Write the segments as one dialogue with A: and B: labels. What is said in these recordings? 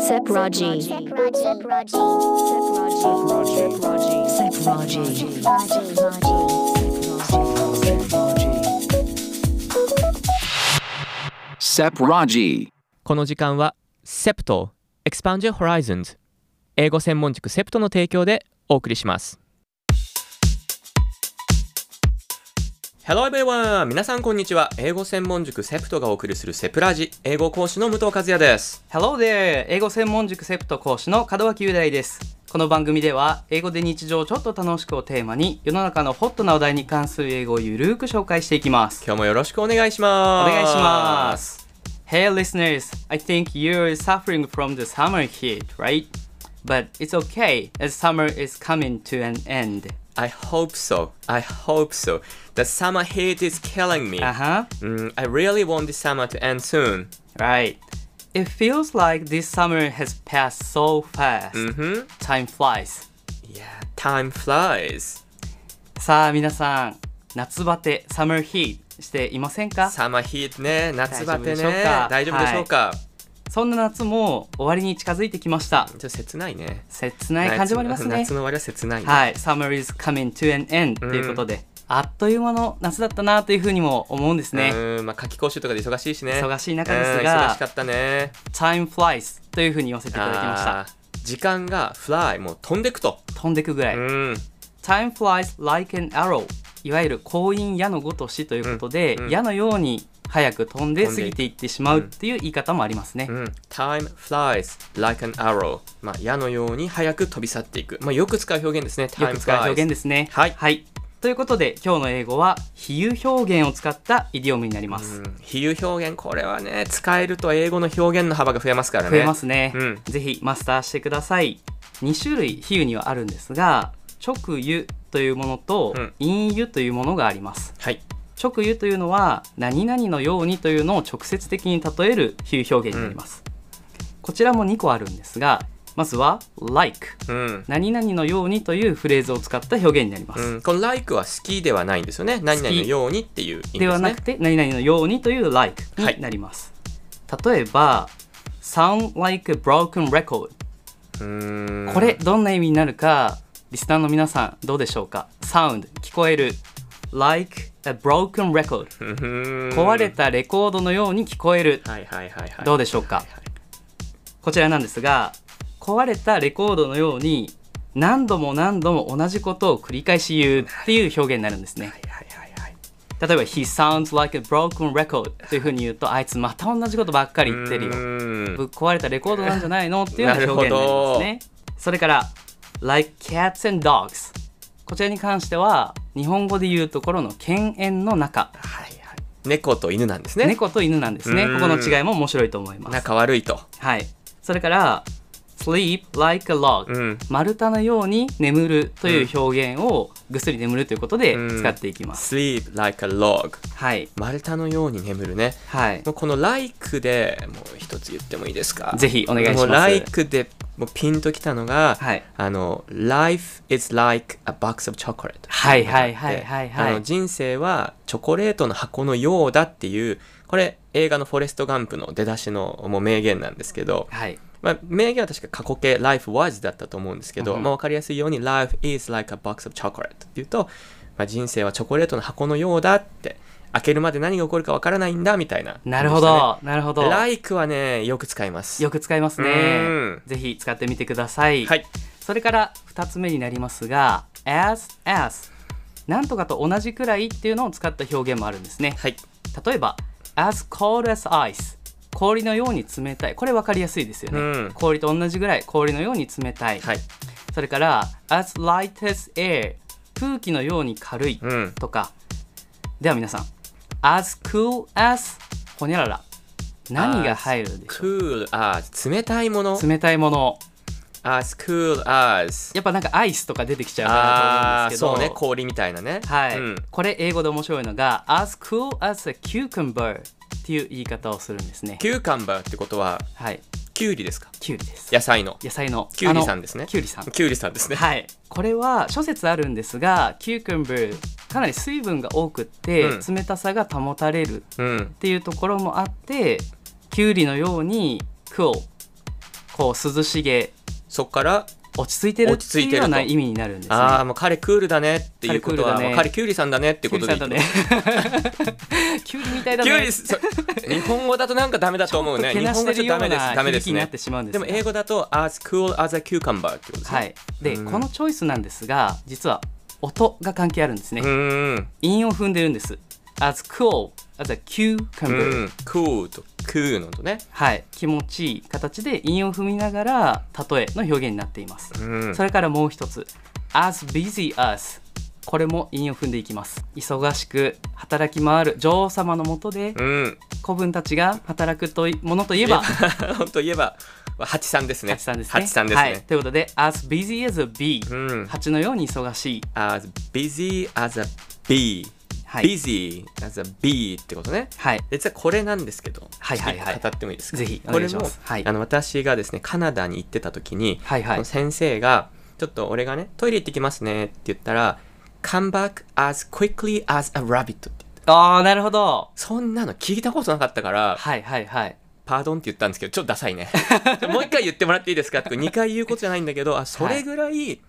A: Sepraji. Sepraji. Sepraji.
B: Sepraji.
C: Sepraji.
D: この時間は SEPTO Expand Your Horizons 英語専門塾 SEPTO の提供でお送りします Hello everyone! 皆さんこんにちは英語専門塾 SEPTO がお送りするセプラジ英語講師の武藤和也です
E: Hello there! 英語専門塾セプト講師の門脇雄大です。この番組では、英語で日常をちょっと楽しくをテーマに、世の中のホットな話題に関する英語をゆるーく紹介していきます。
D: 今日もよろしくお願いし
E: お
D: ます
E: 願いします。Hey listeners, I think you're suffering from the summer heat, right? But it's okay, as summer is coming to an end.
D: I hope so I hope so The summer heat is killing me、
E: Uh huh.
D: Mm, I really want the summer to end soon
E: Right. It feels like this summer has passed so fast.
D: Mhm.
E: Time flies.
D: Yeah, time flies
E: さあ皆さん夏バテサムーヒーしていませんか
D: サマーヒートね夏バテね大
E: 大
D: 丈
E: 丈
D: 夫
E: 夫
D: で
E: で
D: し
E: し
D: ょ
E: ょ
D: う
E: う
D: か、
E: そんな夏も終わりに近づいてきました
D: ちょっと切ないね
E: 切ない感じもありますね
D: 夏の終わりは切ないね、
E: はい「Summer is coming to an end」ということで、あっという間の夏だったなというふうにも思うんです
D: う
E: ね
D: ーんまあ夏期講習とかで忙しいしね
E: 忙しい中
D: うん
E: ですが
D: 忙しかったね
E: 「Time flies」というふうに言わせていただきました
D: あー時間がフライもう飛んでくと
E: 飛んでくぐらい、
D: うん、
E: Time flies like an arrow いわゆる光陰矢のごとしということで、
D: うんうん
E: 矢のように早く飛んで
D: 飛んで
E: 過
D: いく
E: ぎていってしまうっていう言い方もありますね、
D: うん、time flies like an arrow まあ矢のように早く飛び去っていくまあよく使う表現ですね time
E: よく使う
D: flies
E: 表現ですね。
D: はい
E: ということで今日の英語は比喩表現を使ったイディオムになります。
D: うん比喩表現これはね使えると英語の表現の幅が増えますからね
E: 増えますね、
D: うん
E: ぜひマスターしてください。2種類比喩にはあるんですが直喩というものと
D: うん
E: 隠喩というものがあります。
D: はい
E: 直喩というのは何々のようにというのを直接的に例える比喩表現になります。こちらも2個あるんですがまずは like
D: うん
E: 何々のようにというフレーズを使った表現になります。
D: うん、この「like」は好きではないんですよね何々のようにっていう意味です、ね、
E: ではなくて、何々のようにという like
D: はい
E: になります、例えば sound like a broken record、
D: うーん
E: これどんな意味になるかリスナーの皆さんどうでしょうか sound 聞こえる like a broken record
D: うーん
E: 壊れたレコードのように聞こえる、
D: はいはいはいはい
E: どうでしょうかこちらなんですが壊れたレコードのように何度も何度も同じことを繰り返し言うっていう表現になるんですね
D: はいはいはいはい
E: 例えば「He sounds like a broken record」というふうに言うとあいつまた同じことばっかり言ってるよ
D: うーん
E: ぶっ壊れたレコードなんじゃないのっていうような表現になりますねそれから「like cats and dogs」こちらに関しては日本語で言うところの犬猿の中
D: はいはい猫と犬なんですね
E: 猫と犬なんですね
D: うん
E: ここの違いも面白いと思います
D: 仲悪いと
E: はいそれから「sleep like a log」
D: うん
E: 丸太のように眠るという表現をぐっすり眠るということで
D: うん
E: 使っていきます、
D: sleep like a log
E: はい
D: 丸太のように眠るね
E: はい
D: もうこの「like」でもう一つ言ってもいいですか
E: ぜひお願いします
D: もう like」でもうピンときたのが、
E: はい
D: あの life is like a box of chocolate
E: はいはいはいはいはい
D: あの人生はチョコレートの箱のようだっていうこれ映画の「フォレスト・ガンプ」の出だしのもう名言なんですけど、
E: はい
D: まあ、名言は確か過去形「life was」だったと思うんですけど、
E: うんうん
D: まあ、分かりやすいように「life is like a box of chocolate」っていうと、まあ、人生はチョコレートの箱のようだって開けるまで何が起こるか分からないんだみたいな、
E: なるほど、なるほど。
D: like はねよく使います
E: よく使います
D: うん
E: ね。ぜひ使ってみてください。
D: はい
E: それから2つ目になりますが、as as なんとかと同じくらいっていうのを使った表現もあるんですね。
D: はい
E: 例えば as cold as ice 氷のように冷たい。これ分かりやすいですよね。
D: うん
E: 氷と同じぐらい氷のように冷たい。
D: はい
E: それから as light as air 空気のように軽い。
D: うん
E: とかでは皆さん as cool as ほにゃらら何が入るでしょ
D: cool as 冷たいもの
E: う冷たいもの
D: as cool as
E: やっぱなんかアイスとか出てきちゃうか
D: あ
E: な
D: あー
E: と
D: そう
E: 思うん
D: ね
E: ですけど
D: 氷みたいなね
E: はい、
D: うん
E: これ英語で面白いのが as cool as a cucumber っていう言い方をするんですね
D: キューカンバーってことは
E: はい
D: キュウリですか
E: キュウリです
D: 野菜の
E: 野菜の
D: キュウリさんです
E: あ
D: ね
E: のキュウ リさん
D: キュウリさんですね
E: はいこれは諸説あるんですがキュークンブルかなり水分が多くって、
D: う
E: 冷たさが保たれる
D: うん
E: っていうところもあってきゅうりのように cool ここう涼しげ
D: そっから
E: 落ち着いてるって
D: 落ち着い
E: い
D: てる
E: うよ
D: と
E: うな意味になるんですね
D: ああもう彼クールだねっていうことは
E: 彼クールだね
D: もう彼キュウリさんだねってことでいい
E: キ
D: と
E: ュウ
D: 思
E: リ
D: う
E: さんだね キュウリみたいだ
D: キ
E: ね
D: ュウリそう日本語だとなんかダメだと思うね
E: け
D: 日
E: な
D: 本
E: し
D: 語だ
E: て
D: と
E: るよ
D: ダ
E: う
D: メです
E: な
D: ダメで
E: 響
D: す
E: きにな
D: ね
E: ってしまうんです
D: で
E: ね
D: も英語だと as cool as a cucumber ってことですね
E: はいで
D: うん
E: このチョイスなんですが実は音が関係あるんですね
D: うーん
E: 韻を踏んでるんです。as cool as a
D: う
E: cucumber、
D: ん cool と cool のとね
E: はい、気持ちいい形で韻を踏みながら例えの表現になっています。
D: うん
E: それからもう一つ as busy as これも韻を踏んでいきます。忙しく働き回る女王様のもとで
D: うん
E: 子分たちが働くといものといえ ば
D: 本当言えば八三ですね
E: ハチさんですね。
D: ハチさんです
E: はい、
D: ね
E: ということで as busy as a bee、
D: うん
E: ハチのように忙しい。
D: as busy as a bee
E: はい
D: busy as a bee ってことね
E: はい、
D: 実はこれなんですけど、
E: はいはいは
D: ち
E: い
D: ょっと語ってもいいですか
E: ぜひお
D: こ
E: 願
D: れ
E: いし
D: も
E: ます、はい
D: あの私がですねカナダに行ってた時に、
E: はいはい
D: その先生がちょっと俺がねトイレ行ってきますねって言ったら「come back as quickly as a rabbit」って言って
E: ああなるほど。
D: そんなの聞いたことなかったから
E: はいはいはい。
D: 「パードン」って言ったんですけどちょっとダサいね もう一回言ってもらっていいですかって2回言うことじゃないんだけどあそれぐらい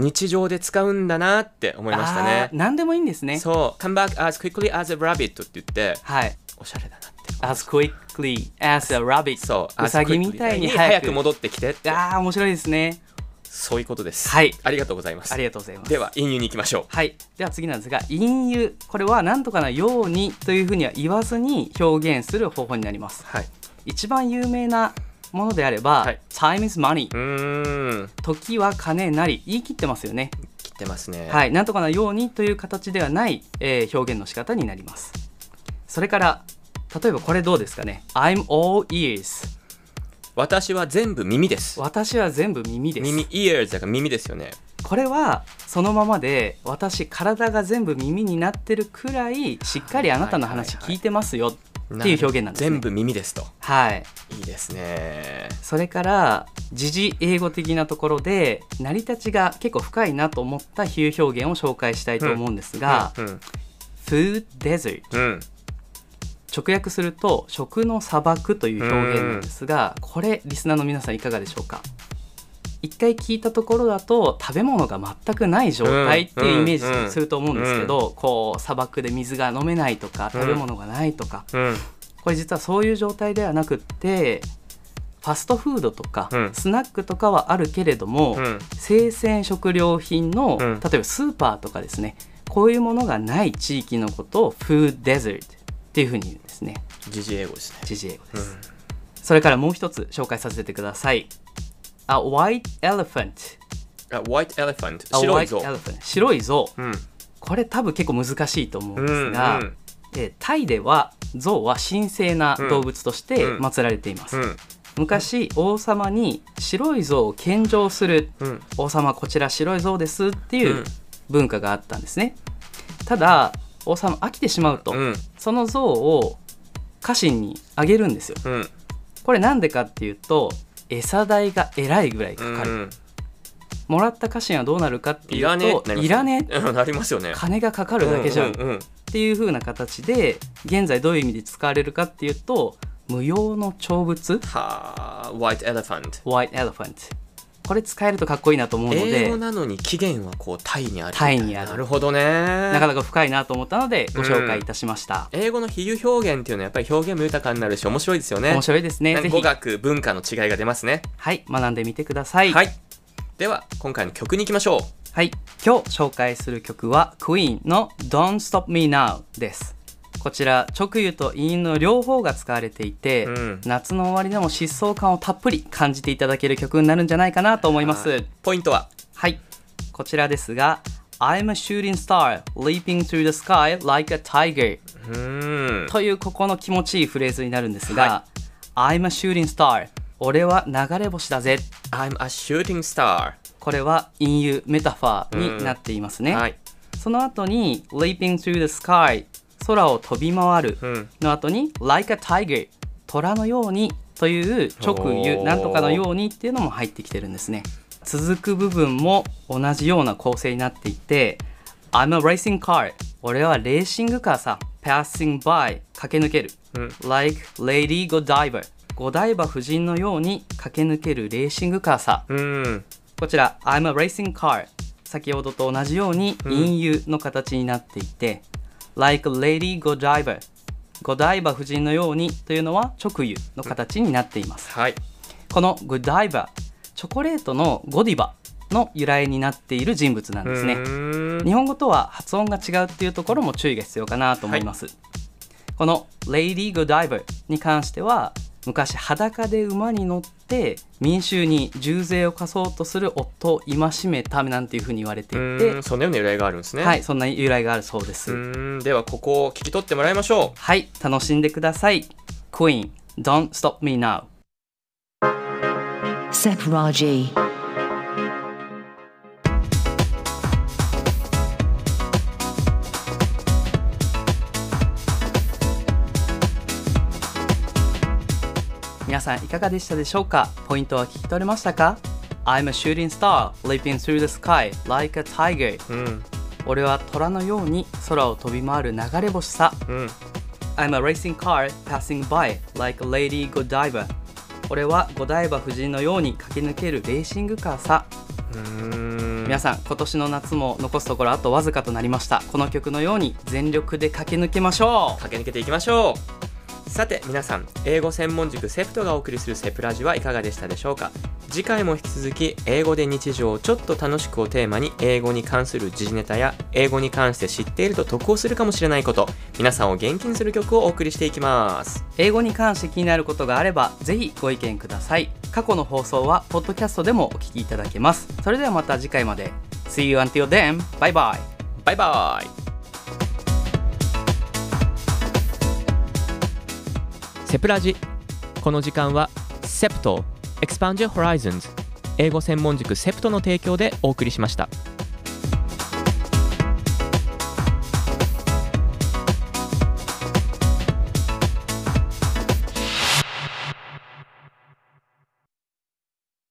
D: 日常で使うんだなって思いましたね
E: あー、何でもいいんですね。
D: そう「come back as quickly as a rabbit」って言って
E: はい。
D: おしゃれだなって
E: as quickly as a rabbit
D: そう、
E: うさぎみたいに早
D: 早
E: く
D: く戻ってきてって、
E: ああ面白いですね
D: そういうことです。
E: はい
D: ありがとうございます。
E: ありがとうございます
D: では、陰湯に行きましょう。
E: はいでは次なんですが「隠喩」これは何とかなようにというふうには言わずに表現する方法になります
D: はい。
E: 一番有名なものであれば「
D: はい
E: time is money
D: う」ーん、
E: 時は金なり言い切ってますよね
D: 切ってますね。
E: はい何とかなようにという形ではない、えー表現の仕方になりますそれから例えばこれどうですかね「I'm all ears
D: 私は全部耳です」。
E: 私は全部耳です
D: 耳、ears だから耳ですよね。
E: これはそのままで私体が全部耳になってるくらいしっかりあなたの話聞いてますよっていう表現なんですね。
D: 全部耳ですと。
E: はい、
D: いいですね。
E: それから時事英語的なところで成り立ちが結構深いなと思った比喩表現を紹介したいと思うんですが
D: うんうん、
E: 「food desert
D: うん、」
E: 直訳すると「食の砂漠」という表現なんですがこれリスナーの皆さんいかがでしょうか一回聞いたところだと食べ物が全くない状態っていうイメ
D: うん
E: ー
D: うん
E: ジすると思うんですけどこう砂漠で水が飲めないとか
D: うん
E: 食べ物がないとか
D: うん、
E: これ実はそういう状態ではなくってファストフードとか
D: うん
E: スナックとかはあるけれども
D: うん
E: 生鮮食料品の
D: う
E: 例
D: ん
E: えばスーパーとかですねこういうものがない地域のことをフードデザートっていうふうに言うんですね。
D: 時事英語ですね。
E: 時事英語です、それからもう一つ紹介させてください A white elephant
D: あ、white elephant、
E: A
D: 白い像
E: white。elephant 白い象
D: うん、
E: これ多分結構難しいと思うん
D: う
E: です
D: ん、
E: が、
D: うん、
E: えータイでは象は神聖な動物として
D: うん
E: 祀られています、
D: うん、
E: 昔王様に白い象を献上する、
D: うん
E: 王様こちら白い象ですっていううん文化があったんですねただ王様飽きてしまうと、
D: うん、
E: その象を家臣にあげるんですよ
D: うん、
E: これなんでかっていうと餌代がえらいぐらいかかる、
D: うん、
E: もらった家臣はどうなるかってい
D: いうらねえっ
E: と
D: てなりますよね。
E: いらねえ
D: うんなりますよね。
E: 金がかかるだけじゃんっ
D: うん、うん、
E: ていう風な形で現在どういう意味で使われるかっていうと無用の長物
D: はあ、white elephant。
E: White Elephant これ使えるとかっこいいなと思うの
D: 英
E: で
D: 語なのに起源はこうタイにあるみ
E: タ
D: たい
E: イ
D: な
E: にある
D: なるほどね
E: なかなか深いなと思ったのでご紹介いたしました、
D: 英語の比喩表現っていうのはやっぱり表現も豊かになるし面白いですよね
E: 面白いですね
D: なんか
E: ぜ
D: 語
E: ひ
D: 学文化の違いが出ますね
E: はい学んでみてください
D: はいでは今回の曲に行きましょう
E: はい、今日紹介する曲は Queen の Don't Stop Me Now です。こちら直喩と韻の両方が使われていて、
D: うん
E: 夏の終わりでも疾走感をたっぷり感じていただける曲になるんじゃないかなと思いま
D: は
E: す。
D: ポイントは
E: はい、こちらですが I'm a shooting star leaping through the sky like a tiger
D: うーん
E: というここの気持ちいいフレーズになるんですが、I'm a shooting star 俺は流れ星だぜ
D: I'm a shooting star
E: これは隠喩メタファーになっていますね。
D: はい
E: その後に Leaping through the sky 空を飛び回る
D: うん
E: の後に Like a tiger 虎のようにという直
D: お
E: 喩
D: ー
E: なんとかのようにっていうのも入ってきてるんですね続く部分も同じような構成になっていて I'm a racing car 俺はレーシングカーさ Passing by 駆け抜ける、
D: うん
E: Like Lady Godiva 五台場夫人のように駆け抜けるレーシングカーさ
D: うん
E: こちら I'm a racing car 先ほどと同じように陰湯の形になっていて、Like a lady Godiva ゴダイバ夫人のようにというのは直湯の形になっています、
D: はい
E: このゴダイバチョコレートのゴディバの由来になっている人物なんですね、
D: うーん
E: 日本語とは発音が違うっていうところも注意が必要かなと思います、この「レイディー・ゴダイバー」に関しては昔裸で馬に乗って民衆に重税を課そうとする夫を戒めたなんていうふうに言われて
D: う
E: い
D: ー
E: て
D: ん、そのような由来があるんですね
E: はいそんな由来があるそうで
D: う
E: す、
D: ーんではここを聞き取ってもらいましょ
E: はい楽しんでください Queen Don't Stop Me Now
B: Sepraji.
E: 皆さんいかがでしたでしょうかポイントは聞き取れましたか I'm a shooting star leaping through the sky like a tiger
D: ううん
E: 俺は虎のように空を飛び回る流れ星さ
D: うん
E: I'm a racing car passing by like a lady Godiva 俺はゴダイバ夫人のように駆け抜けるレーシングカーさ、
D: うーん
E: 皆さん今年の夏も残すところあとわずかとなりましたこの曲のように全力で駆け抜けましょ
D: 駆け抜けていきましょうさて皆さん英語専門塾セプトがお送りするセプラジはいかがでしたでしょうか次回も引き続き「英語で日常をちょっと楽しく」をテーマに英語に関する時事ネタや英語に関して知っていると得をするかもしれないこと皆さんを元気にする曲をお送りしていきます
E: う英語に関して気になることがあればぜひご意見ください過去の放送はポッドキャストでもお聞きいただけますそれではまた次回まで See you until then! Bye bye!
D: バイバイセプラジこの時間はセプト Expand Your Horizons 英語専門塾セプトの提供でお送りしました